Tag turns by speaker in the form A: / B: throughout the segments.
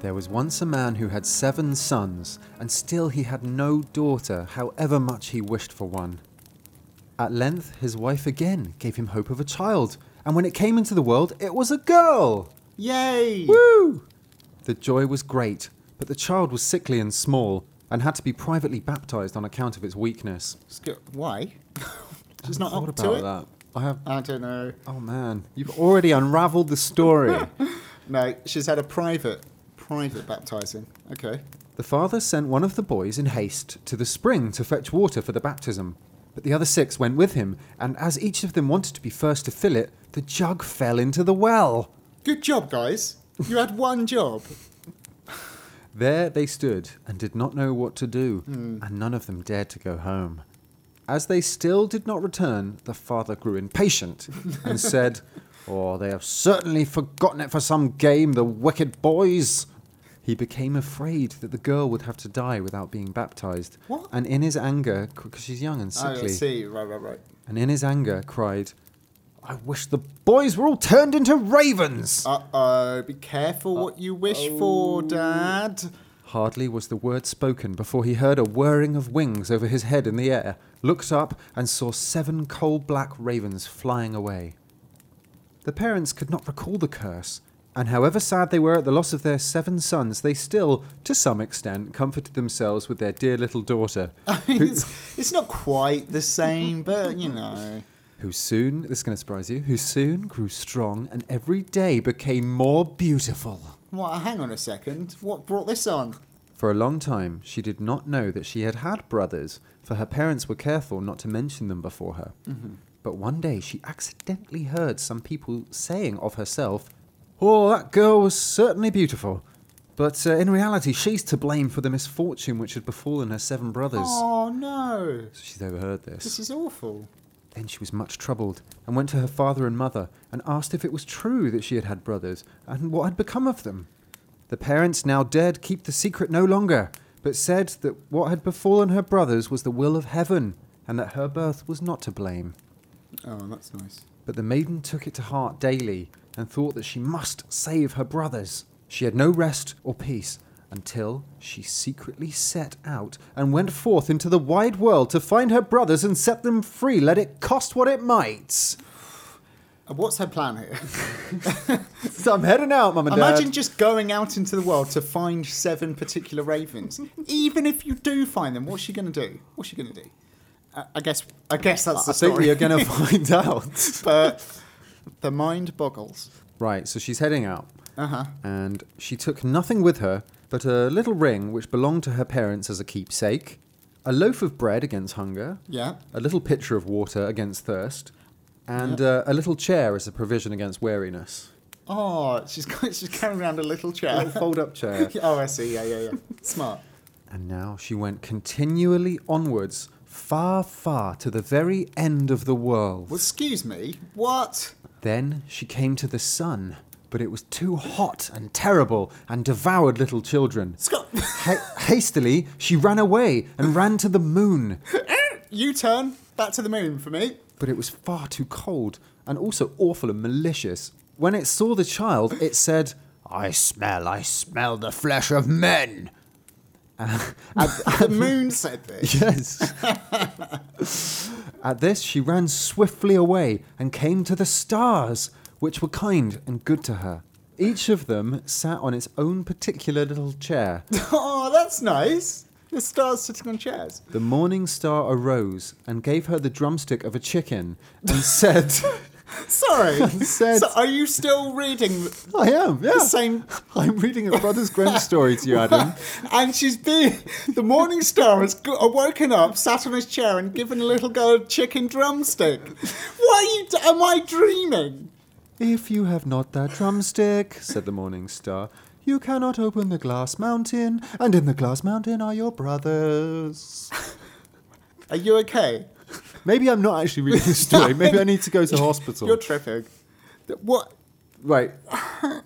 A: There was once a man who had seven sons, and still he had no daughter, however much he wished for one. At length, his wife again gave him hope of a child, and when it came into the world, it was a girl!
B: Yay!
A: Woo! The joy was great, but the child was sickly and small, and had to be privately baptized on account of its weakness.
B: Sc- Why? She's
A: I
B: not
A: thought
B: up to
A: about
B: it?
A: that. I have.
B: I don't know.
A: Oh man, you've already unraveled the story.
B: No, she's had a private, private baptizing. Okay.
A: The father sent one of the boys in haste to the spring to fetch water for the baptism, but the other six went with him, and as each of them wanted to be first to fill it, the jug fell into the well.
B: Good job, guys. You had one job.
A: There they stood and did not know what to do,
B: Hmm.
A: and none of them dared to go home. As they still did not return, the father grew impatient and said, Oh, they have certainly forgotten it for some game, the wicked boys. He became afraid that the girl would have to die without being baptized.
B: What?
A: And in his anger, because she's young and
B: Oh, I
A: sickly,
B: see. Right, right, right.
A: and in his anger cried, I wish the boys were all turned into ravens.
B: Uh oh, be careful what you wish for, Dad.
A: Hardly was the word spoken before he heard a whirring of wings over his head in the air, looked up, and saw seven coal black ravens flying away. The parents could not recall the curse, and however sad they were at the loss of their seven sons, they still, to some extent, comforted themselves with their dear little daughter,
B: I mean, it's, it's not quite the same, but you know.
A: who soon, this is going to surprise you, who soon grew strong and every day became more beautiful.
B: What? Hang on a second. What brought this on?
A: For a long time, she did not know that she had had brothers, for her parents were careful not to mention them before her. But one day, she accidentally heard some people saying of herself, Oh, that girl was certainly beautiful. But uh, in reality, she's to blame for the misfortune which had befallen her seven brothers.
B: Oh no.
A: She's overheard this.
B: This is awful.
A: Then she was much troubled, and went to her father and mother, and asked if it was true that she had had brothers, and what had become of them. The parents now dared keep the secret no longer, but said that what had befallen her brothers was the will of heaven, and that her birth was not to blame.
B: Oh, that's nice.
A: But the maiden took it to heart daily, and thought that she must save her brothers. She had no rest or peace until she secretly set out and went forth into the wide world to find her brothers and set them free, let it cost what it might.
B: Uh, What's her plan here?
A: So I'm heading out, Mum and
B: Imagine
A: Dad.
B: just going out into the world to find seven particular ravens. Even if you do find them, what's she going to do? What's she going to do? I, I guess. I guess that's the
A: I think
B: story.
A: you're going to find out.
B: but the mind boggles.
A: Right, so she's heading out,
B: Uh huh.
A: and she took nothing with her but a little ring which belonged to her parents as a keepsake, a loaf of bread against hunger,
B: Yeah.
A: a little pitcher of water against thirst, and uh, a little chair as a provision against weariness.
B: Oh, she's got, she's carrying around a little
A: A
B: chair.
A: little fold up chair.
B: oh, I see. Yeah, yeah, yeah. Smart.
A: And now she went continually onwards, far, far to the very end of the world.
B: Well, excuse me. What?
A: Then she came to the sun, but it was too hot and terrible and devoured little children.
B: Scott,
A: Ha- hastily, she ran away and ran to the moon,
B: you turn back to the moon for me.
A: but it was far too cold and also awful and malicious. When it saw the child, it said, I smell, I smell the flesh of men. Uh,
B: the moon said this.
A: Yes. At this, she ran swiftly away and came to the stars, which were kind and good to her. Each of them sat on its own particular little chair.
B: Oh, that's nice. The stars sitting on chairs.
A: The morning star arose and gave her the drumstick of a chicken and said,
B: Sorry.
A: Said-
B: So are you still reading?
A: I am, yeah.
B: The same-
A: I'm reading a Brothers Grimm story to you, Adam.
B: and she's been. The morning star has go- woken up, sat on his chair, and given a little girl a chicken drumstick. What are you? d- Am I dreaming?
A: If you have not that drumstick, said the morning star, you cannot open the glass mountain, and in the glass mountain are your brothers.
B: Are you okay?
A: Maybe I'm not actually reading this story. Maybe I need to go to hospital.
B: You're tripping. Th- What?
A: Right.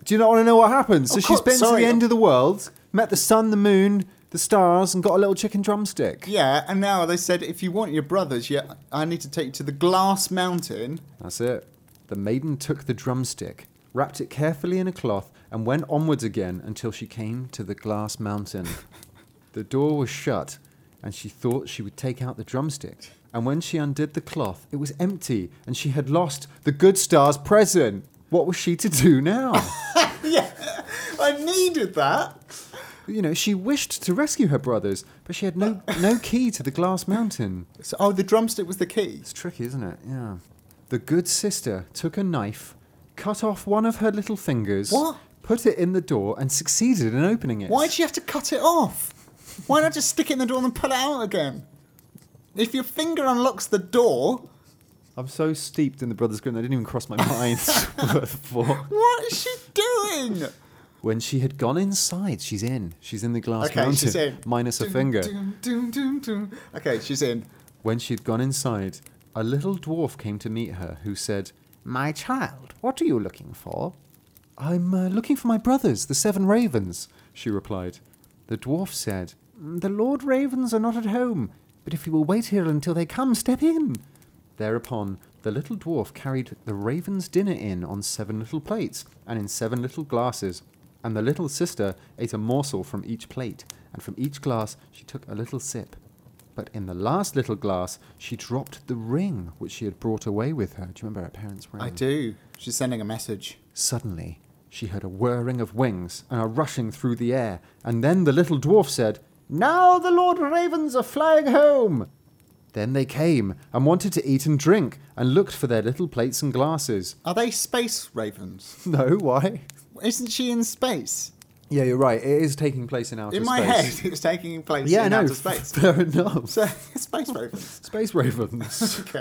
A: Do you not want to know what happened? So
B: Of
A: she's
B: course,
A: been
B: sorry.
A: to the end of the world, met the sun, the moon, the stars, and got a little chicken drumstick.
B: Yeah, and now they said if you want your brothers, yeah, I need to take you to the Glass Mountain.
A: That's it. The maiden took the drumstick, wrapped it carefully in a cloth, and went onwards again until she came to the glass mountain. the door was shut, and she thought she would take out the drumstick. And when she undid the cloth, it was empty, and she had lost the good star's present. What was she to do now?
B: yeah, I needed that.
A: you know, she wished to rescue her brothers, but she had no, no key to the glass mountain.
B: So, oh, the drumstick was the key.
A: It's tricky, isn't it? Yeah. The good sister took a knife, cut off one of her little fingers,
B: What?
A: put it in the door, and succeeded in opening it.
B: Why would you have to cut it off? Why not just stick it in the door and then pull it out again? If your finger unlocks the door,
A: I'm so steeped in the Brothers Grimm, they didn't even cross my mind what for.
B: what is she doing?
A: When she had gone inside, she's in. She's in the glass
B: okay,
A: mountain,
B: she's in.
A: minus a
B: Dun,
A: finger.
B: dun, dun, dun, dun. Okay, she's in.
A: When she'd gone inside, a little dwarf came to meet her, who said, "My child, what are you looking for?" "I'm uh, looking for my brothers, the seven ravens," she replied. The dwarf said, "The Lord Ravens are not at home, but if you will wait here until they come, step in." Thereupon, the little dwarf carried the raven's dinner in on seven little plates and in seven little glasses, and the little sister ate a morsel from each plate, and from each glass she took a little sip. But in the last little glass, she dropped the ring which she had brought away with her. Do you remember her parents' ring?
B: I do. She's sending a message.
A: Suddenly, she heard a whirring of wings and a rushing through the air, and then the little dwarf said, Now the Lord Ravens are flying home! Then they came and wanted to eat and drink and looked for their little plates and glasses.
B: Are they space ravens?
A: No, why?
B: Isn't she in space?
A: Yeah, you're right. It is taking place in outer
B: in my head, it's taking place
A: yeah,
B: in
A: no,
B: outer space.
A: fair enough.
B: So, space ravens.
A: Space ravens,
B: Okay.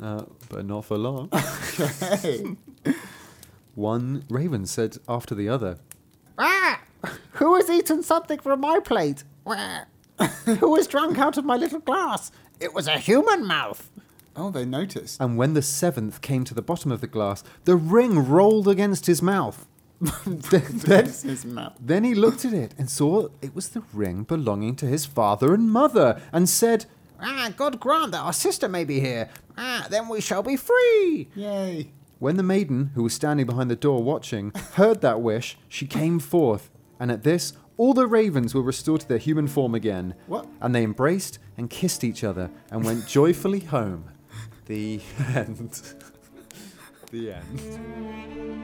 A: uh, but not for long.
B: okay.
A: One raven said after the other,
C: Ah! Who has eaten something from my plate? Wah! Who has drunk out of my little glass? It was a human mouth.
B: Oh, they noticed.
A: and when the seventh came to the bottom of the glass, the ring rolled against his mouth. then, then-
B: This is mad.
A: then he looked at it and saw it was the ring belonging to his father and mother, and said,
C: Ah, God grant that our sister may be here. Ah, then we shall be free.
B: Yay.
A: When the maiden, who was standing behind the door watching, heard that wish, she came forth, and at this, all the ravens were restored to their human form again.
B: What?
A: And they embraced and kissed each other and went joyfully home. The end. the end.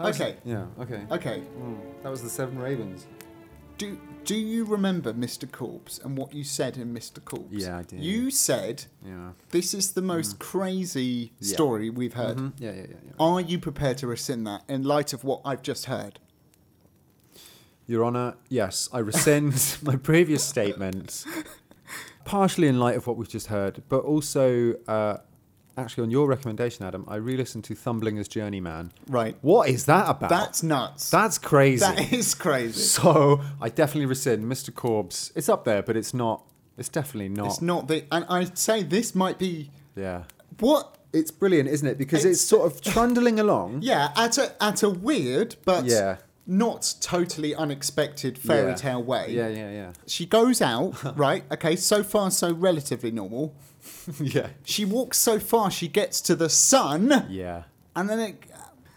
B: Okay.
A: Yeah, okay.
B: Okay.
A: That was the Seven Ravens.
B: Do do you remember Mr. Corpse and what you said in Mr. Corpse?
A: Yeah, I do.
B: You said
A: Yeah.
B: this is the most crazy
A: Yeah.
B: story we've heard.
A: Mm-hmm. Yeah, yeah, yeah, yeah.
B: Are you prepared to rescind that in light of what I've just heard?
A: Your Honour, yes, I rescind my previous statement, partially in light of what we've just heard, but also, uh, actually, on your recommendation, Adam, I re listened to Thumblinger's Journeyman.
B: Right.
A: What is that about?
B: That's nuts.
A: That's crazy.
B: that is crazy.
A: so, I definitely rescind Mr. Corb's. It's up there, but it's not. It's definitely not.
B: It's not the and I'd say this might be
A: Yeah.
B: what
A: It's brilliant, isn't it? Because it's,
B: It's-
A: sort of trundling along.
B: yeah, at a at a weird but
A: Yeah.
B: not totally unexpected fairy
A: Yeah.
B: tale way.
A: Yeah, yeah, yeah.
B: She goes out, right? Okay, so far so relatively normal.
A: yeah.
B: She walks so far she gets to the sun,
A: Yeah.
B: and then it.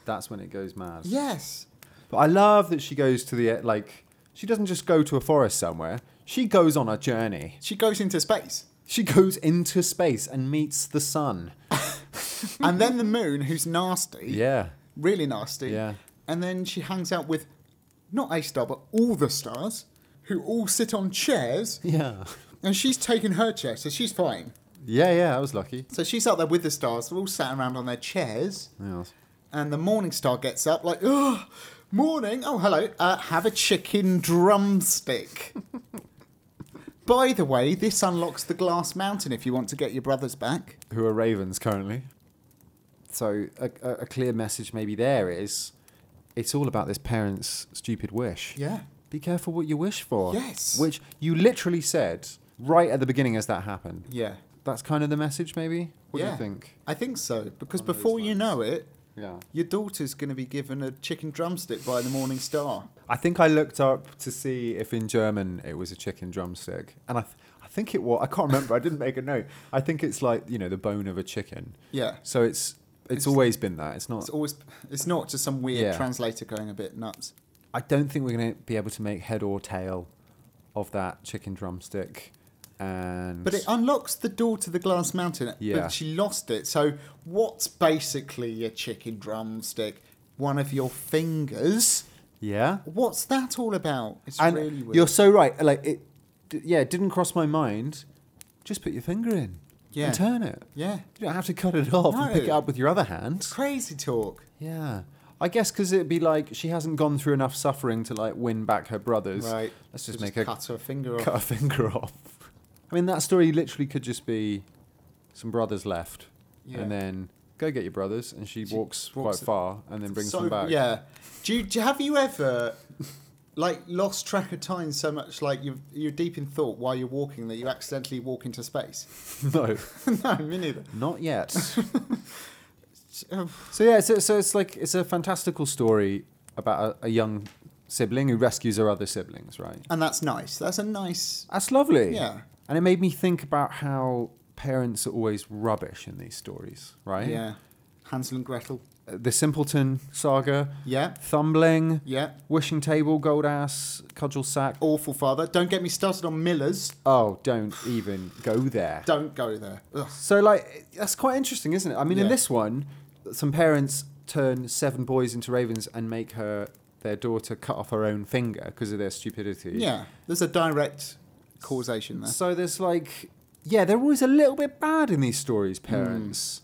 A: That's when it goes mad.
B: Yes.
A: But I love that she goes to the like. She doesn't just go to a forest somewhere. She goes on a journey.
B: She goes into space.
A: She goes into space and meets the sun.
B: and then the moon, who's nasty,
A: Yeah.
B: really nasty.
A: Yeah.
B: And then she hangs out with not a star, but all the stars, who all sit on chairs,
A: Yeah.
B: and she's taken her chair, so she's fine.
A: Yeah, yeah, I was lucky.
B: So she's out there with the stars, they're all sat around on their chairs,
A: Yes.
B: and the morning star gets up, like, oh, morning, oh, hello, uh, have a chicken drumstick. By the way, this unlocks the glass mountain if you want to get your brothers back.
A: Who are ravens currently. So a, a, a clear message maybe there is it's all about this parent's stupid wish.
B: Yeah.
A: Be careful what you wish for.
B: Yes.
A: Which you literally said right at the beginning as that happened.
B: Yeah.
A: That's kind of the message maybe? What do
B: Yeah.
A: you think?
B: I think so, because
A: One of those
B: before you
A: lines.
B: know it,
A: Yeah.
B: Your daughter's going to be given a chicken drumstick by the Morning Star.
A: I think I looked up to see if in German it was a chicken drumstick, and I, th- I think it was. I can't remember. I didn't make a note. I think it's like you know the bone of a chicken.
B: Yeah.
A: So it's it's,
B: It's-
A: always been that. It's not.
B: It's always it's not just some weird
A: Yeah.
B: translator going a bit nuts.
A: I don't think we're going to be able to make head or tail of that chicken drumstick, and
B: But it unlocks the door to the glass mountain.
A: Yeah.
B: But she lost it. So what's basically a chicken drumstick? One of your fingers.
A: yeah.
B: What's that all about? It's
A: and
B: really weird.
A: you're so right. Like it, d- yeah. It didn't cross my mind. Just put your finger in.
B: Yeah.
A: And turn it.
B: yeah.
A: You don't have to cut it off and pick it
B: No.
A: up with your other hand.
B: Crazy talk.
A: Yeah. I guess because it'd be like she hasn't gone through enough suffering to like win back her brothers.
B: Right.
A: Let's
B: So
A: just make her cut,
B: cut her finger off.
A: a finger off. I mean, that story literally could just be some brothers left,
B: Yeah.
A: and then go get your brothers, and she,
B: She
A: walks,
B: walks-
A: quite far, and then brings
B: so,
A: them back.
B: Yeah. Do you, do you- have you ever like lost track of time so much like you're you're deep in thought while you're walking that you accidentally walk into space?
A: no,
B: no, me neither.
A: not yet. so
B: Oh,
A: yeah, so, so it's like it's a fantastical story about a, a young sibling who rescues her other siblings, right?
B: And that's nice. That's a nice.
A: That's lovely.
B: Yeah.
A: And it made me think about how parents are always rubbish in these stories, right?
B: Yeah. Hansel and Gretel.
A: The Simpleton saga,
B: Yeah.
A: Thumbling,
B: Yeah.
A: Wishing Table, Gold Ass, Cudgel Sack.
B: Awful father. Don't get me started on Miller's.
A: Oh, don't even go there.
B: Don't go there. Ugh.
A: So, like, that's quite interesting, isn't it? I mean, in
B: Yeah.
A: this one, some parents turn seven boys into ravens and make her, their daughter, cut off her own finger because of their stupidity.
B: Yeah. There's a direct causation there.
A: So there's like, yeah, they're always a little bit bad in these stories,
B: Hmm.
A: parents.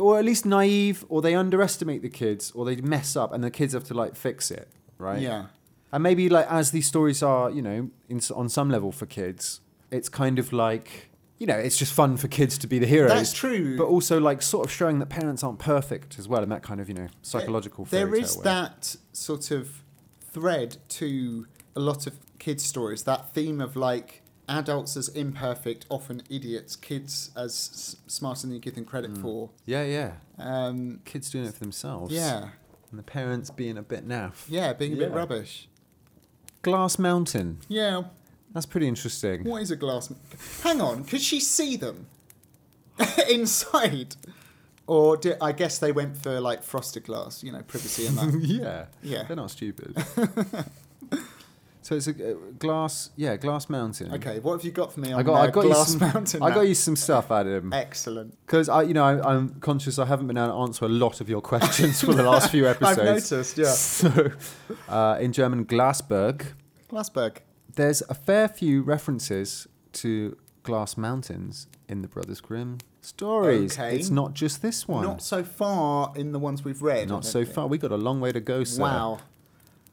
A: Or at least naive, or they underestimate the kids, or they mess up, and the kids have to like fix it, right?
B: Yeah.
A: And maybe like as these stories are, you know, in, s- on some level for kids, it's kind of like, you know, it's just fun for kids to be the heroes.
B: That's true.
A: But also like sort of showing that parents aren't perfect as well, in that kind of you know psychological.
B: There-
A: fairy
B: there is
A: tale way.
B: that sort of thread to a lot of kids' stories. That theme of like adults as imperfect, often idiots, kids as s- smarter than you give them credit
A: Mm.
B: for.
A: Yeah, yeah.
B: Um,
A: Kids doing it for themselves.
B: yeah,
A: And the parents being a bit naff.
B: yeah, being a bit
A: Yeah.
B: rubbish.
A: Glass Mountain.
B: Yeah,
A: That's pretty interesting.
B: what is a glass? Hang on, could she see them inside? Or did, I guess they went for like frosted glass, you know, privacy and that.
A: yeah.
B: Yeah.
A: They're not stupid. so it's a uh, glass, yeah, glass mountain.
B: okay, what have you got for me on
A: I got, I
B: uh,
A: got
B: glass
A: you some,
B: mountain?
A: I
B: now?
A: got you some stuff, Adam.
B: Excellent.
A: Because I, you know, I, I'm conscious I haven't been able to answer a lot of your questions for the last few episodes.
B: I've noticed, yeah.
A: So, uh, in German, Glasberg,
B: Glassberg.
A: there's a fair few references to glass mountains in the Brothers Grimm stories.
B: Okay.
A: It's not just this one.
B: Not so far in the ones we've read. I
A: Not
B: don't
A: so
B: think.
A: far. We got a long way to go, sir.
B: Wow.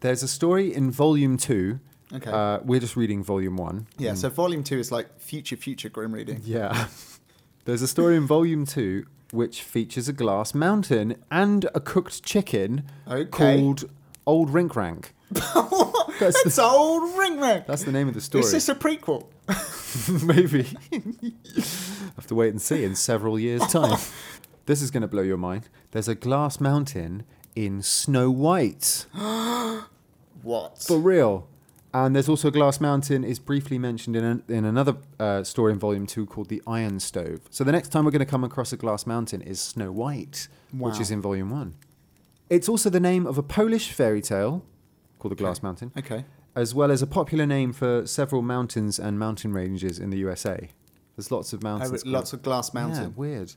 A: There's a story in volume two.
B: Okay.
A: Uh, we're just reading volume one.
B: yeah, so volume two is like future, future grim reading.
A: Yeah. There's a story in volume two which features a glass mountain and a cooked chicken
B: Okay.
A: called Old Rink Rank.
B: That's it's old ring ring.
A: That's the name of the story.
B: Is this a prequel?
A: Maybe. Have to wait and see in several years' time. this is going to blow your mind. There's a glass mountain in Snow White.
B: What?
A: For real. And there's also Glass Mountain is briefly mentioned in, an, in another uh, story in Volume 2 called The Iron Stove. So the next time we're going to come across a Glass Mountain is Snow White,
B: Wow.
A: which is in Volume 1. It's also the name of a Polish fairy tale called The Glass Mountain,
B: okay.
A: as well as a popular name for several mountains and mountain ranges in the USA. There's lots of
B: Oh,
A: mountains.
B: lots of glass
A: Yeah,
B: mountain.
A: weird.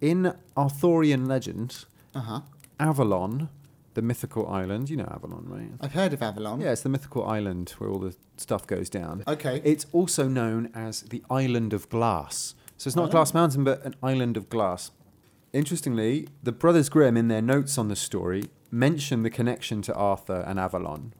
A: In Arthurian legend,
B: Uh huh.
A: Avalon, the mythical island. You know Avalon, right?
B: I've heard of Avalon.
A: Yeah, it's the mythical island where all the stuff goes down.
B: Okay.
A: It's also known as the Island of Glass. So it's not Glass Mountain, but an island of glass. Interestingly, the Brothers Grimm, in their notes on the story, mention the connection to Arthur and Avalon.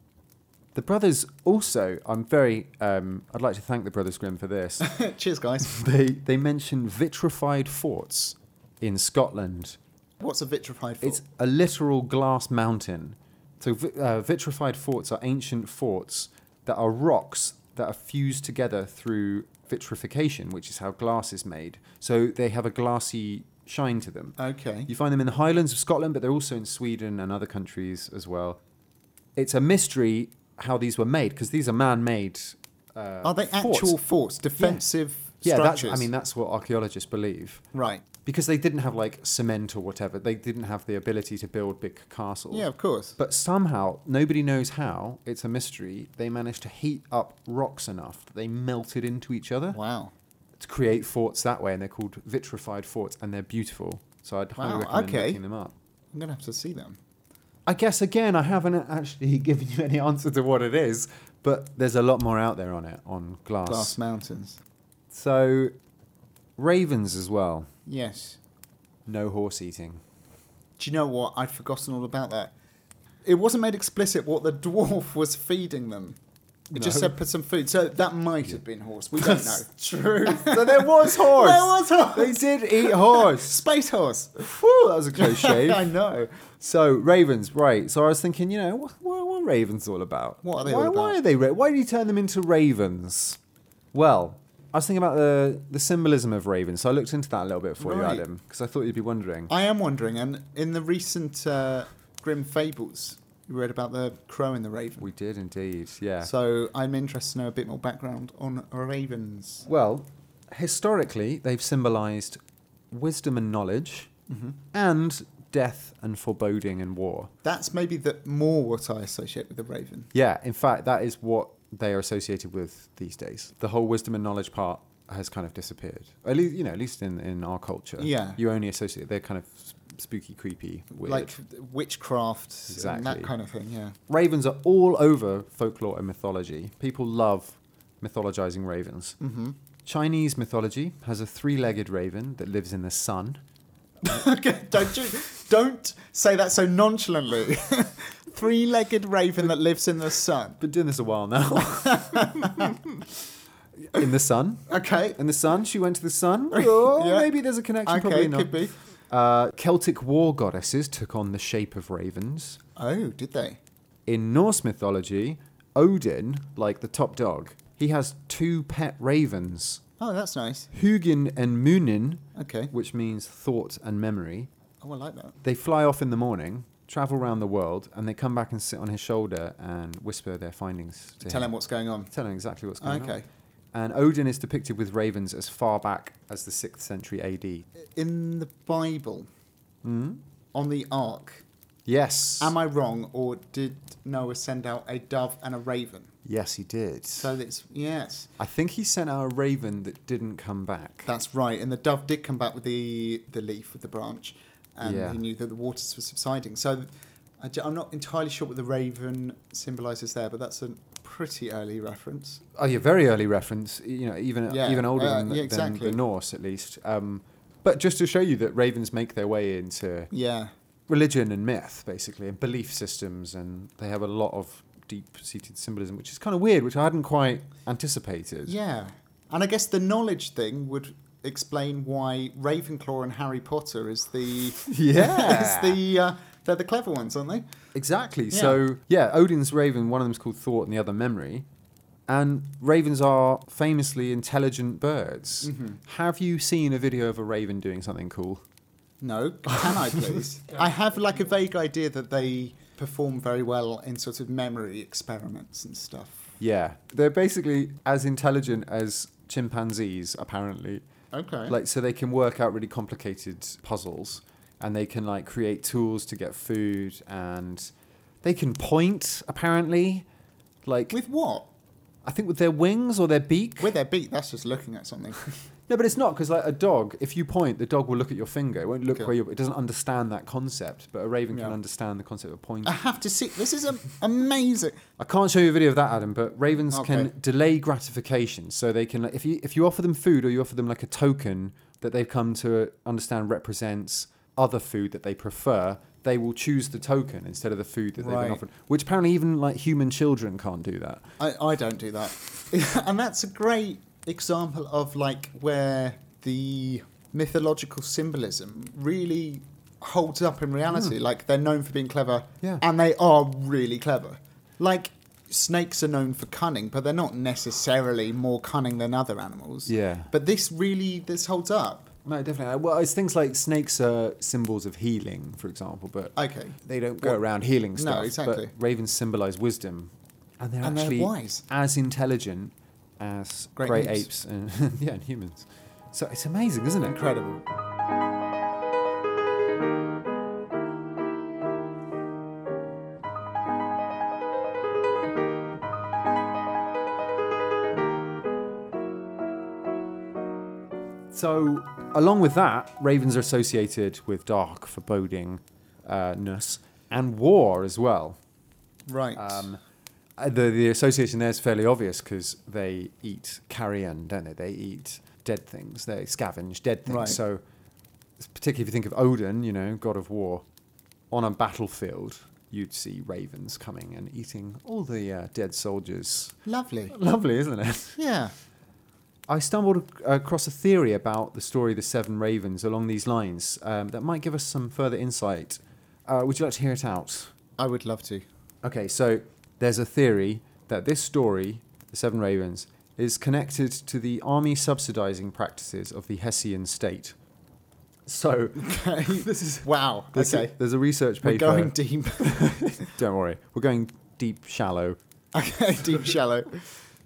A: The brothers also, I'm very, um, I'd like to thank the Brothers Grimm for this.
B: Cheers, guys.
A: they, they mention vitrified forts in Scotland
B: What's a vitrified fort?
A: it's a literal glass mountain. So vi- uh, vitrified forts are ancient forts that are rocks that are fused together through vitrification, which is how glass is made. So they have a glassy shine to them.
B: okay.
A: You find them in the Highlands of Scotland, but they're also in Sweden and other countries as well. It's a mystery how these were made because these are man-made. Uh,
B: Are they
A: forts.
B: actual forts? Defensive
A: Yeah, that's, I
B: structures?
A: mean that's what archaeologists believe
B: right.
A: because they didn't have like cement or whatever. They didn't have the ability to build big castles.
B: Yeah, of course.
A: But somehow, nobody knows how, it's a mystery, they managed to heat up rocks enough that they melted into each other
B: Wow.
A: to create forts that way, and they're called vitrified forts, and they're beautiful. So I'd highly
B: Wow,
A: recommend
B: okay.
A: looking them up.
B: I'm going to have to see them.
A: I guess, again, I haven't actually given you any answer to what it is, but there's a lot more out there on it, on glass.
B: Glass Mountains.
A: So, ravens as well.
B: Yes.
A: No horse eating.
B: Do you know what? I'd forgotten all about that. It wasn't made explicit what the dwarf was feeding them. It just
A: No.
B: said put some food. So that might have been horse. We don't know.
A: True. so there was horse.
B: There was horse.
A: They did eat horse.
B: Space horse.
A: Whew, that was a close shave.
B: I know.
A: So ravens, right? So I was thinking, you know, what, what are ravens all about?
B: What are they
A: why,
B: all
A: Why
B: about?
A: are they? Ra- why do you turn them into ravens? Well, I was thinking about the the symbolism of ravens. So I looked into that a little bit for
B: Right.
A: you, Adam, because I thought you'd be wondering.
B: I am wondering, and in the recent uh, Grim Fables, you read about the crow and the raven.
A: we did indeed, yeah.
B: Oh. So I'm interested to know a bit more background on ravens.
A: well, historically, they've symbolised wisdom and knowledge, and death and foreboding and war.
B: That's maybe the more what I associate with the raven.
A: Yeah, in fact, that is what they are associated with these days. The whole wisdom and knowledge part has kind of disappeared. At least, you know, at least in, in our culture.
B: Yeah.
A: You only associate, they're kind of s- spooky, creepy, weird.
B: Like witchcraft and
A: Exactly.
B: that kind of thing, yeah.
A: ravens are all over folklore and mythology. People love mythologizing ravens. Mm-hmm. Chinese mythology has a three legged raven that lives in the sun.
B: Okay, don't you, don't say that so nonchalantly. Three-legged raven that lives in the sun.
A: Been doing this a while now. in the sun.
B: Okay.
A: In the sun. She went to the sun. Oh,
B: Yeah.
A: Maybe there's a connection.
B: Okay,
A: probably not.
B: could be.
A: Uh, Celtic war goddesses took on the shape of ravens.
B: Oh, did they?
A: In Norse mythology, Odin, like the top dog, he has two pet ravens,
B: Oh, that's nice.
A: Hugin and Munin,
B: Okay.
A: which means thought and memory.
B: Oh, I like that.
A: They fly off in the morning, travel around the world, and they come back and sit on his shoulder and whisper their findings to
B: Tell him what's going on.
A: Tell him exactly what's going on.
B: Okay.
A: And Odin is depicted with ravens as far back as the 6th century AD.
B: In the Bible, on the ark,
A: Yes.
B: am I wrong, or did Noah send out a dove and a raven?
A: yes, he did.
B: So that's yes,
A: I think he sent out a raven that didn't come back.
B: that's right. And the dove did come back with the the leaf with the branch, and
A: Yeah.
B: he knew that the waters were subsiding. So I, am not entirely sure what the raven symbolises there, but that's a pretty early reference.
A: oh, yeah, very early reference. You know, even
B: Yeah,
A: even older
B: uh,
A: than,
B: yeah,
A: than
B: exactly.
A: the Norse, at least. Um, but just to show you that ravens make their way into
B: Yeah,
A: religion and myth, basically, and belief systems, and they have a lot of deep-seated symbolism, which is kind of weird, which I hadn't quite anticipated.
B: yeah. And I guess the knowledge thing would explain why Ravenclaw and Harry Potter is the
A: Yeah.
B: is the uh, they're the clever ones, aren't they?
A: Exactly.
B: Yeah.
A: So yeah, Odin's raven. One of them's called thought, and the other memory. And ravens are famously intelligent birds.
B: Mm-hmm.
A: Have you seen a video of a raven doing something cool?
B: No, can I please? I have like a vague idea that they perform very well in sort of memory experiments and stuff.
A: Yeah, they're basically as intelligent as chimpanzees, apparently.
B: Okay.
A: Like, so they can work out really complicated puzzles, and they can like create tools to get food, and they can point. Apparently, like
B: with what?
A: I think with their wings or their beak.
B: With their beak, that's just looking at something.
A: No, but it's not because like a dog, if you point, the dog will look at your finger. It won't look
B: Cool.
A: where you. It doesn't understand that concept. But a raven can
B: Yeah.
A: understand the concept of
B: I
A: pointing.
B: have to see. This is am- amazing.
A: I can't show you a video of that, Adam. But ravens
B: Okay.
A: can delay gratification, so they can. like, If you if you offer them food or you offer them like a token that they've come to understand represents other food that they prefer, they will choose the token instead of the food that they've
B: Right.
A: been offered. Which apparently even like human children can't do that.
B: I, I don't do that. and that's a great example of like where the mythological symbolism really holds up in reality. Like they're known for being clever
A: Hmm. Yeah.
B: and they are really clever. Like snakes are known for cunning, but they're not necessarily more cunning than other animals.
A: Yeah.
B: But this really this holds up.
A: No, definitely. Well, it's things like snakes are symbols of healing, for example. But
B: Okay.
A: they don't go around healing stuff.
B: exactly.
A: But ravens symbolise wisdom, and they're
B: And they're
A: actually
B: wise.
A: as intelligent as
B: Great
A: great,
B: apes.
A: apes, and yeah, and humans. So it's amazing, isn't it?
B: Incredible.
A: So, along with that, ravens are associated with dark, foreboding, uh, ness, and war as well.
B: Right.
A: Um, uh, the the association there is fairly obvious because they eat carrion, don't they? They eat dead things. They scavenge dead things.
B: Right.
A: So, s- particularly if you think of Odin, you know, god of war, on a battlefield, you'd see ravens coming and eating all the uh, dead soldiers.
B: Lovely.
A: Lovely, isn't it?
B: Yeah.
A: I stumbled ac- across a theory about the story of the Seven Ravens along these lines um, that might give us some further insight. Uh, would you like to hear it out?
B: I would love to.
A: Okay, so there's a theory that this story, The Seven Ravens, is connected to the army subsidizing practices of the Hessian state. So
B: this is wow.
A: there's,
B: okay.
A: a, there's a research
B: We're
A: paper.
B: going deep.
A: Don't worry, we're going deep, shallow.
B: okay, deep shallow.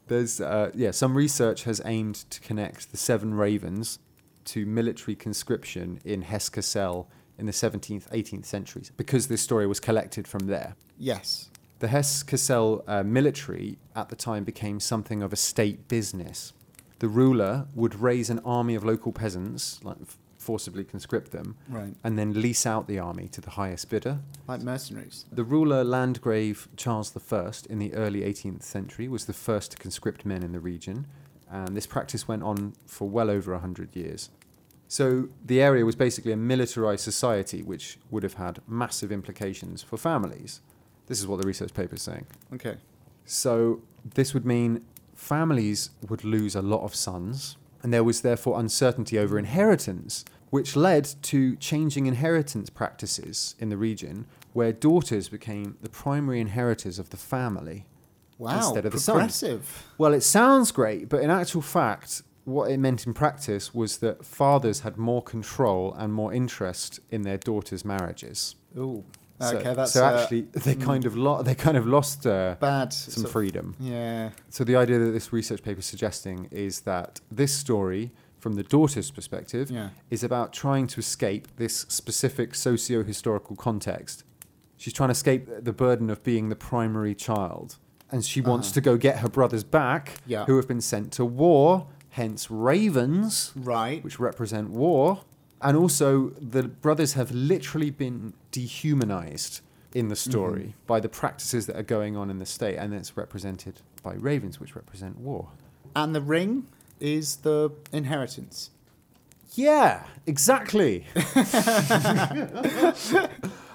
A: There's uh, yeah, some research has aimed to connect the Seven Ravens to military conscription in Hesse Cassel in the 17th, 18th centuries because this story was collected from there.
B: Yes.
A: The Hesse Cassel uh, military at the time became something of a state business. The ruler would raise an army of local peasants, like f- forcibly conscript them,
B: Right.
A: and then lease out the army to the highest bidder.
B: Like mercenaries.
A: The ruler Landgrave Charles I in the early 18th century was the first to conscript men in the region, and this practice went on for well over 100 years. So the area was basically a militarized society, which would have had massive implications for families. This is what the research paper is saying.
B: Okay.
A: So this would mean families would lose a lot of sons, and there was therefore uncertainty over inheritance, which led to changing inheritance practices in the region, where daughters became the primary inheritors of the family.
B: Wow.
A: Instead of the sun.
B: progressive.
A: Well, it sounds great, but in actual fact, what it meant in practice was that fathers had more control and more interest in their daughters' marriages.
B: Ooh.
A: So-
B: okay, that's
A: so
B: uh,
A: actually they kind of lo- they kind of lost uh,
B: bad.
A: some
B: sort of-
A: freedom.
B: Yeah.
A: So the idea that this research paper is suggesting is that this story, from the daughter's perspective,
B: Yeah.
A: is about trying to escape this specific socio-historical context. She's trying to escape the burden of being the primary child, and she wants to go get her brothers back,
B: Uh-huh. Yeah.
A: who have been sent to war. Hence, ravens
B: Right.
A: which represent war. And also, the brothers have literally been dehumanized in the story
B: Mm-hmm.
A: by the practices that are going on in the state, and it's represented by ravens, which represent war.
B: And the ring is the inheritance.
A: Yeah, exactly.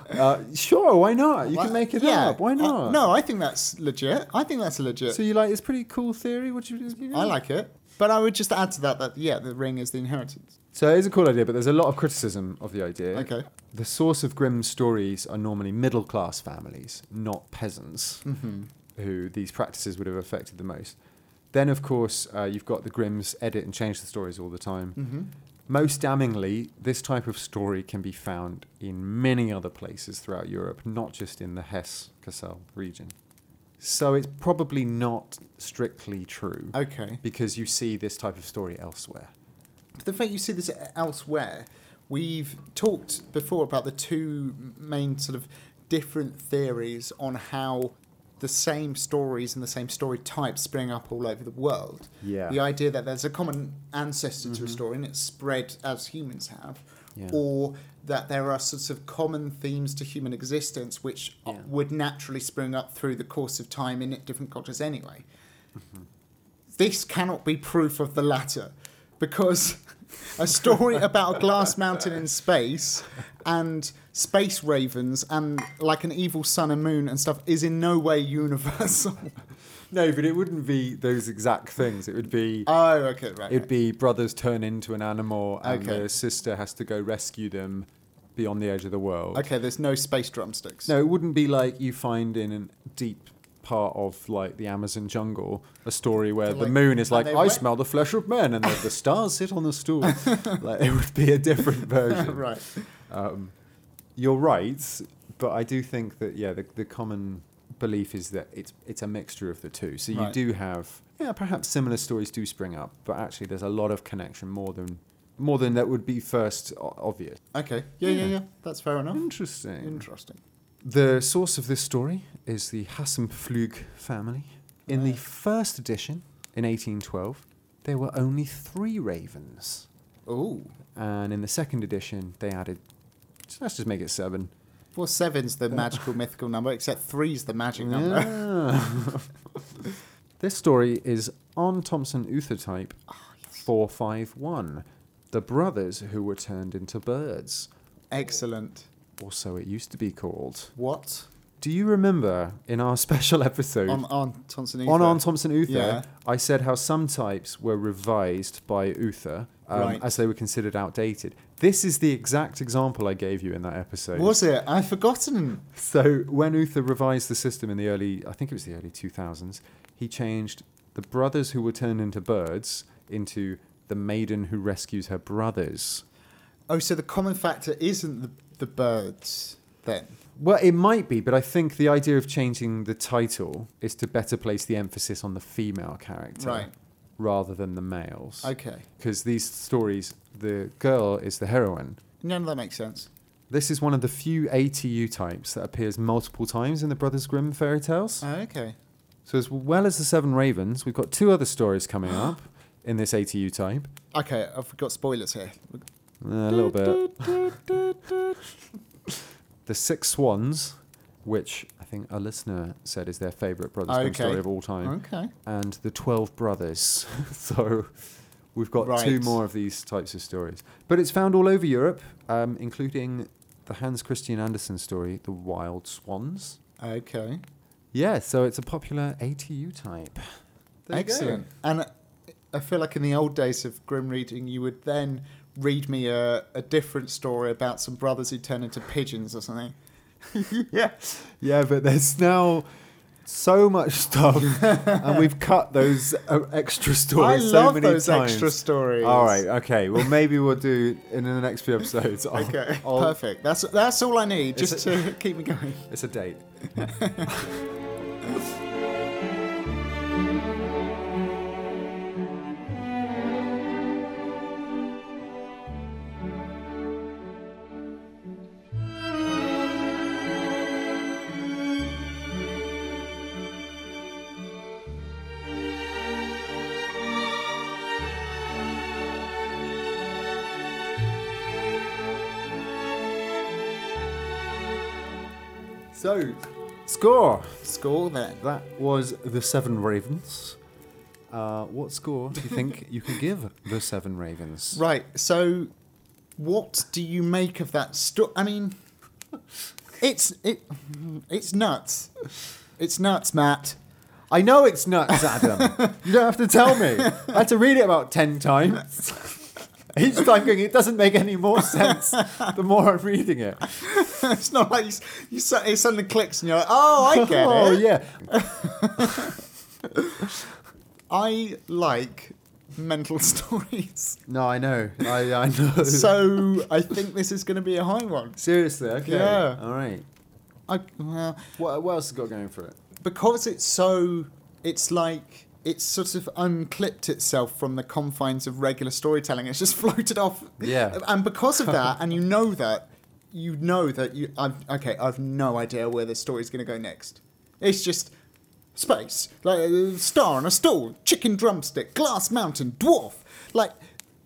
A: uh, sure, why not? You
B: Why-
A: can make it
B: yeah.
A: up. Why
B: I-
A: not?
B: no, I think that's legit. I think that's a legit.
A: So you like it's pretty cool theory. What you,
B: I like it. But I would just add to that that yeah, the ring is the inheritance.
A: So it is a cool idea, but there's a lot of criticism of the idea.
B: Okay.
A: The source of Grimm's stories are normally middle class families, not peasants,
B: Mm-hmm.
A: who these practices would have affected the most. Then, of course, uh, you've got the Grimm's edit and change the stories all the time.
B: Mm-hmm.
A: Most damningly, this type of story can be found in many other places throughout Europe, not just in the Hesse Cassel region. So it's probably not strictly true
B: Okay.
A: because you see this type of story elsewhere.
B: the fact you see this elsewhere, we've talked before about the two main sort of different theories on how the same stories and the same story types spring up all over the world.
A: Yeah. Mm-hmm.
B: The idea that there's a common ancestor to a story and it's spread as humans have,
A: Yeah.
B: or that there are sorts of common themes to human existence which uh,
A: Yeah.
B: would naturally spring up through the course of time in different cultures anyway.
A: Mm-hmm.
B: This cannot be proof of the latter because a story about a glass mountain in space and space ravens and like an evil sun and moon and stuff is in no way universal.
A: No, but it wouldn't be those exact things. It would be
B: oh, okay, right.
A: it'd be brothers turn into an animal and
B: Okay.
A: the sister has to go rescue them beyond the edge of the world.
B: Okay, there's no space drumsticks.
A: No, it wouldn't be like you find in a deep part of like the Amazon jungle a story where
B: They're
A: the
B: like-
A: moon is
B: are
A: like
B: they
A: I
B: wet?"
A: smell the flesh of men and the, the stars sit on the stool. like it would be a different version.
B: right.
A: Um, you're right, but I do think that yeah, the, the common belief is that it's it's a mixture of the two. So you
B: Right.
A: do have yeah, perhaps similar stories do spring up, but actually there's a lot of connection more than more than that would be first o- obvious.
B: Okay. Yeah, yeah,
A: Yeah.
B: yeah. That's fair enough.
A: Interesting.
B: Interesting.
A: The source of this story is the Hassenpflug family. In the
B: Right.
A: first edition in 1812, there were only three ravens,
B: Ooh.
A: and in the second edition they added. Let's just make it seven.
B: Well, seven's the magical mythical number, except three's the magic number.
A: Yeah. this story is on Thompson Uthertype 451, the brothers who were turned into birds,
B: Excellent.
A: or so it used to be called.
B: What?
A: Do you remember in our special episode
B: On on Tonson
A: on Arn Thompson Uther,
B: Yeah.
A: I said how some types were revised by Uther um,
B: Right.
A: as they were considered outdated. This is the exact example I gave you in that episode.
B: Was it? I've forgotten.
A: So when Uther revised the system in the early, I think it was the early 2000s, he changed the brothers who were turned into birds into the maiden who rescues her brothers.
B: Oh, so the common factor isn't the, the birds then.
A: Well, it might be, but I think the idea of changing the title is to better place the emphasis on the female character
B: Right.
A: rather than the males.
B: Okay.
A: Because these stories, the girl is the heroine.
B: None of that makes sense.
A: This is one of the few ATU types that appears multiple times in the Brothers Grimm fairy tales.
B: Oh, okay.
A: So, as well as the Seven Ravens, we've got two other stories coming up in this ATU type.
B: Okay, I've got spoilers here.
A: Uh, a little bit. the Six Swans, which I think a listener said is their favourite Brothers Grimm
B: Okay.
A: story of all time,
B: Okay.
A: and the Twelve Brothers. so, we've got two
B: Right.
A: more of these types of stories. But it's found all over Europe, um, including the Hans Christian Andersen story, The Wild Swans.
B: Okay.
A: Yeah, so it's a popular ATU type. There you go.
B: Excellent. And I feel like in the old days of grim reading, you would then read me a, a different story about some brothers who turn into pigeons or something.
A: yeah, yeah, but there's now so much stuff, and we've cut those uh, extra
B: I
A: stories. so
B: love
A: many
B: those
A: times.
B: extra stories.
A: All right, okay. Well, maybe we'll do in the next few episodes. I'll-
B: Okay.
A: I'll-
B: Perfect. That's that's all I need
A: It's
B: just
A: a-
B: to keep me going.
A: It's a date. So, score.
B: Score then.
A: That was the Seven Ravens. Uh, what score do you think you can give the Seven Ravens?
B: Right. So, what do you make of that story? I mean, it's it, it's nuts. It's nuts, Matt.
A: I know it's nuts, Adam. you don't have to tell me. I had to read it about 10 times. Each time going, it doesn't make any more sense the more I'm reading it.
B: it's not like you, s- you su- it suddenly clicks and you're like, oh, I get
A: oh,
B: it.
A: yeah.
B: I like mental stories.
A: No, I know. I, I know.
B: So I think this is going to be a high one.
A: Seriously, okay.
B: Yeah.
A: All right.
B: I, well,
A: What, what else has got going for it?
B: because it's so it's like it's sort of unclipped itself from the confines of regular storytelling it's just floated off
A: Yeah.
B: and because of that and you know that you know that you I've, okay i've no idea where the story's going to go next it's just space, like a star on a stool, chicken drumstick, glass mountain, dwarf, like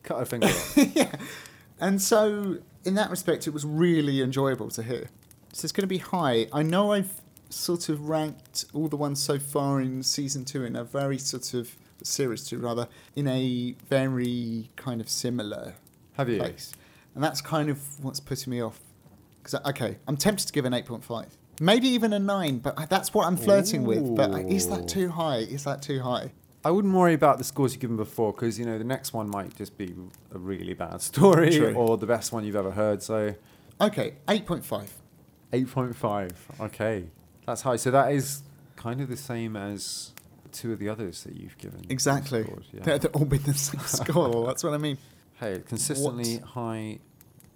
A: Cut her finger off.
B: yeah. And so, in that respect, it was really enjoyable to hear. So it's going to be high. I know I've sort of ranked all the ones so far in season two in a very sort of series two rather in a very kind of similar
A: Have you?
B: place, and that's kind of what's putting me off. Because okay, I'm tempted to give an eight point five, maybe even a nine, but I, that's what I'm flirting with. But like, is
A: Ooh.
B: that too high? Is that too high?
A: I wouldn't worry about the scores you've given before because you know the next one might just be a really bad story
B: True.
A: or the best one you've ever heard. So,
B: Okay, eight point five.
A: eight point five. Okay, that's high. So that is kind of the same as two of the others that you've given. and
B: Exactly.
A: scored, yeah.
B: They're, they're all been the same score. That's what I mean.
A: Hey, consistently high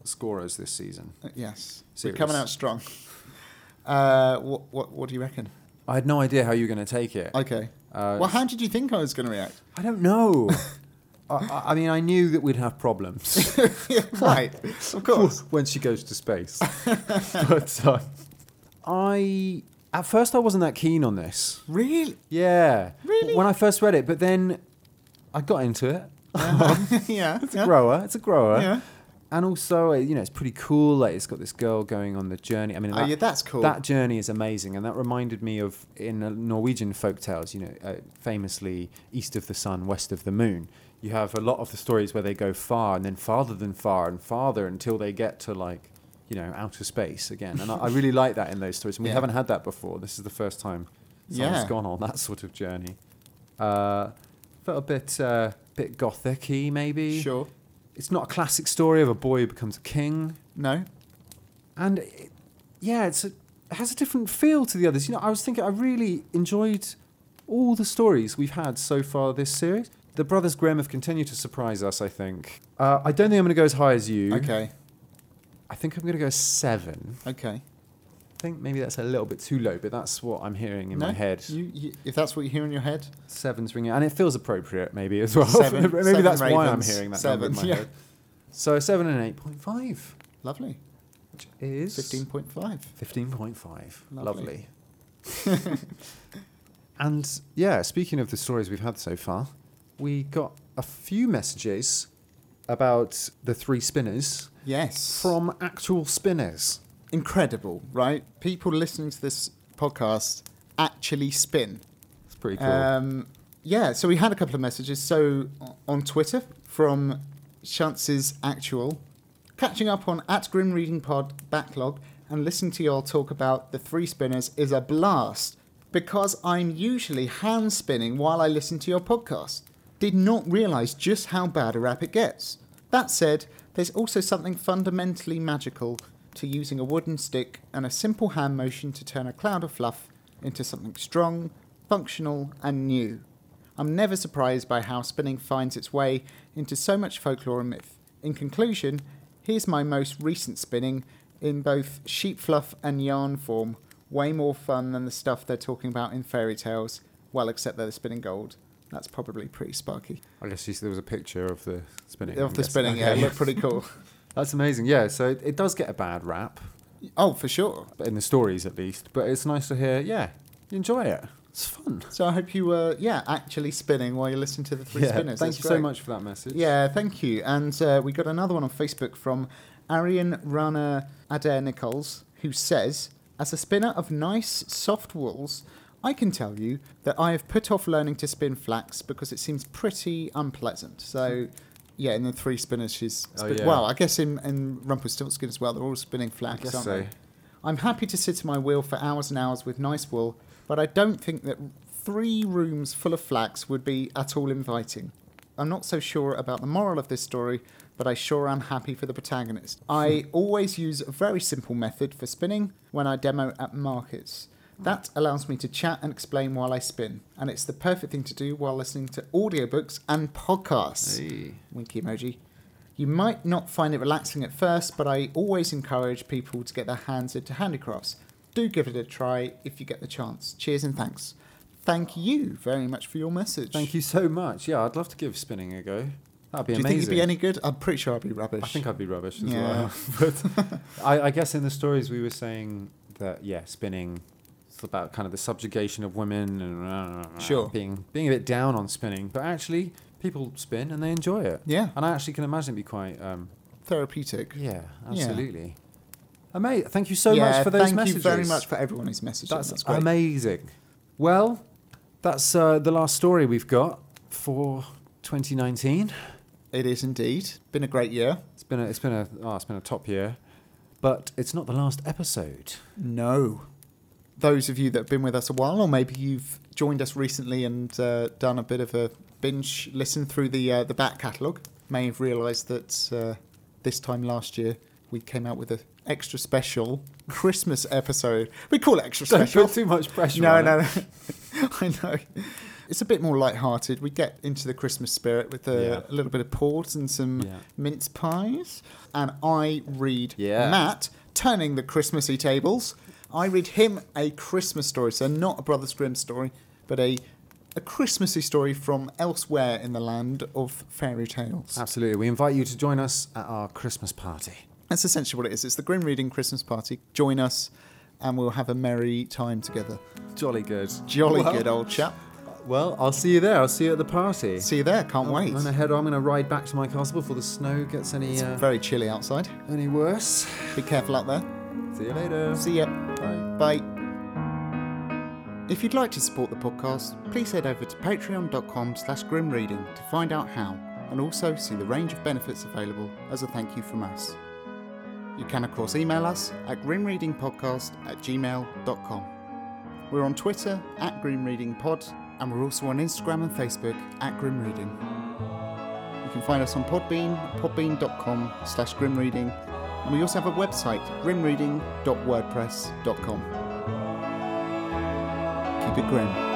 A: scorers this season.
B: Uh, Yes.
A: Serious.
B: We're coming out strong. Uh, what, what, what do you reckon?
A: I had no idea how you were going to take it.
B: Okay.
A: Uh,
B: well, how did you think I was going to react?
A: I don't know. I- I, I mean, I knew that we'd have problems
B: right. Of course.
A: when she goes to space. but uh, I, at first, I wasn't that keen on this.
B: really?
A: Yeah.
B: Really?
A: When I first read it, but then I got into it.
B: Uh-huh. yeah.
A: It's
B: yeah.
A: a grower. It's a grower.
B: Yeah.
A: And also, uh, you know, it's pretty cool. Like, it's got this girl going on the journey. I mean,
B: Oh,
A: that-
B: yeah, that's cool.
A: That journey is amazing, and that reminded me of in uh, Norwegian folk tales. You know, uh, famously, "East of the sun, west of the moon." You have a lot of the stories where they go far and then farther than far and farther until they get to like, you know, outer space again. And I, I really like that in those stories, and we
B: Yeah.
A: haven't had that before. This is the first time someone's
B: Yeah.
A: gone on that sort of journey. Uh, felt a bit, uh, bit gothic-y maybe.
B: Sure.
A: It's not a classic story of a boy who becomes a king
B: No.
A: and it, yeah, it's a, it has a different feel to the others. You know, I was thinking I really enjoyed all the stories we've had so far this series. The Brothers Grimm have continued to surprise us. I think. Uh, I don't think I'm going to go as high as you.
B: Okay.
A: I think I'm going to go seven.
B: Okay.
A: I think maybe that's a little bit too low, but that's what I'm hearing in
B: no?
A: my head.
B: You, you, if that's what you hear in your head,
A: Seven's ringing, and it feels appropriate maybe as well.
B: Seven-
A: maybe
B: seven
A: that's why I'm
B: ravens,
A: hearing that number in
B: seven,
A: my
B: yeah.
A: head. So seven and eight point five,
B: lovely.
A: which is
B: 15.5.
A: 15.5. Lovely.
B: Lovely.
A: and yeah, speaking of the stories we've had so far, we got a few messages about the three spinners
B: Yes.
A: from actual spinners.
B: Incredible, right? People listening to this podcast actually spin.
A: It's pretty cool.
B: Um, yeah, so we had a couple of messages. So o- on Twitter from Chances Actual, catching up on at Grim Reading Pod backlog and listening to y'all talk about the three spinners is a blast because I'm usually hand spinning while I listen to your podcast. Did not realise just how bad a rap it gets. That said, there's also something fundamentally magical to using a wooden stick and a simple hand motion to turn a cloud of fluff into something strong, functional, and new. I'm never surprised by how spinning finds its way into so much folklore and myth. In conclusion, here's my most recent spinning in both sheep fluff and yarn form. Way more fun than the stuff they're talking about in fairy tales. Well, except they're spinning gold. That's probably pretty sparky.
A: I guess you, there was a picture of the spinning. I'm
B: Off the
A: guessing.
B: spinning, yeah, it
A: Okay.
B: looked pretty cool.
A: That's amazing. Yeah, so it, it does get a bad rap,
B: Oh, for sure.
A: but in the stories at least, but it's nice to hear, yeah, you enjoy it. It's fun.
B: So I hope you were, yeah, actually spinning while you listen to the three
A: Yeah,
B: spinners.
A: thank
B: That's
A: you so
B: great.
A: much for that message.
B: Yeah, thank you. And uh, we got another one on Facebook from Arian Rana Adair Nichols, who says, As a spinner of nice, soft wools, I can tell you that I have put off learning to spin flax because it seems pretty unpleasant. So, yeah, in the three spinners, she's.
A: Oh,
B: spin-
A: yeah.
B: Well, I guess in, in Rumpelstiltskin as well, they're all spinning flax,
A: guess
B: aren't
A: so.
B: they? I'm happy to sit in my wheel for hours and hours with nice wool, but I don't think that three rooms full of flax would be at all inviting. I'm not so sure about the moral of this story, but I sure am happy for the protagonist. I always use a very simple method for spinning when I demo at markets. That allows me to chat and explain while I spin, and it's the perfect thing to do while listening to audiobooks and podcasts.
A: Hey.
B: Winky emoji. You might not find it relaxing at first, but I always encourage people to get their hands into handicrafts. Do give it a try if you get the chance. Cheers and thanks. Thank you very much for your message.
A: Thank you so much. Yeah, I'd love to give spinning a go. That'd be
B: Do
A: amazing.
B: you think you'd be any good? I'm pretty sure I'd be rubbish.
A: I think I'd be rubbish as
B: Yeah.
A: well. but I, I guess in the stories we were saying that yeah, spinning month about kind of the subjugation of women and uh,
B: Sure.
A: being being a bit down on spinning, but actually people spin and they enjoy it.
B: Yeah.
A: and I actually can imagine it be quite. Um,
B: Therapeutic.
A: yeah, absolutely. Amazing. Thank you so
B: Yeah,
A: much for those
B: thank
A: messages.
B: you very much for everyone who's messaged.
A: That's,
B: That's, That's great.
A: amazing. Well, that's uh, the last story we've got for 2019.
B: It is indeed. Been a great year.
A: It's been a, it's been a oh, it's been a top year, but it's not the last episode.
B: No. Those of you that have been with us a while, or maybe you've joined us recently and uh, done a bit of a binge listen through the uh, the back catalogue, may have realised that uh, this time last year we came out with an extra special Christmas episode. We call it extra
A: Don't
B: special.
A: put too much pressure
B: No,
A: on it.
B: no, no. I know. It's a bit more light-hearted. We get into the Christmas spirit with a,
A: Yeah.
B: a little bit of port and some
A: Yeah.
B: mince pies. And I read
A: Yeah.
B: Matt turning the Christmassy tables. I read him a Christmas story, so not a Brothers Grimm story, but a a Christmassy story from elsewhere in the land of fairy tales.
A: Absolutely. We invite you to join us at our Christmas party.
B: That's essentially what it is. It's the Grim Reading Christmas Party. Join us, and we'll have a merry time together.
A: Jolly good.
B: Jolly
A: Well-
B: good old chap.
A: Well, I'll see you there. I'll see you at the party.
B: See you there. Can't
A: I'm
B: wait.
A: gonna head. I'm gonna ride back to my castle before the snow gets any
B: It's
A: uh,
B: very chilly outside.
A: any worse.
B: Be careful out there.
A: See you later.
B: See ya.
A: Bye.
B: Bye. If you'd like to support the podcast, please head over to patreon.com slash grimreading to find out how, and also see the range of benefits available as a thank you from us. You can of course email us at grimreadingpodcast at gmail.com. We're on Twitter at grimreadingpod, and we're also on Instagram and Facebook at grimreading. You can find us on Podbean, podbean.com slash grimreading, and we also have a website, grimreading.wordpress.com. Keep it grim.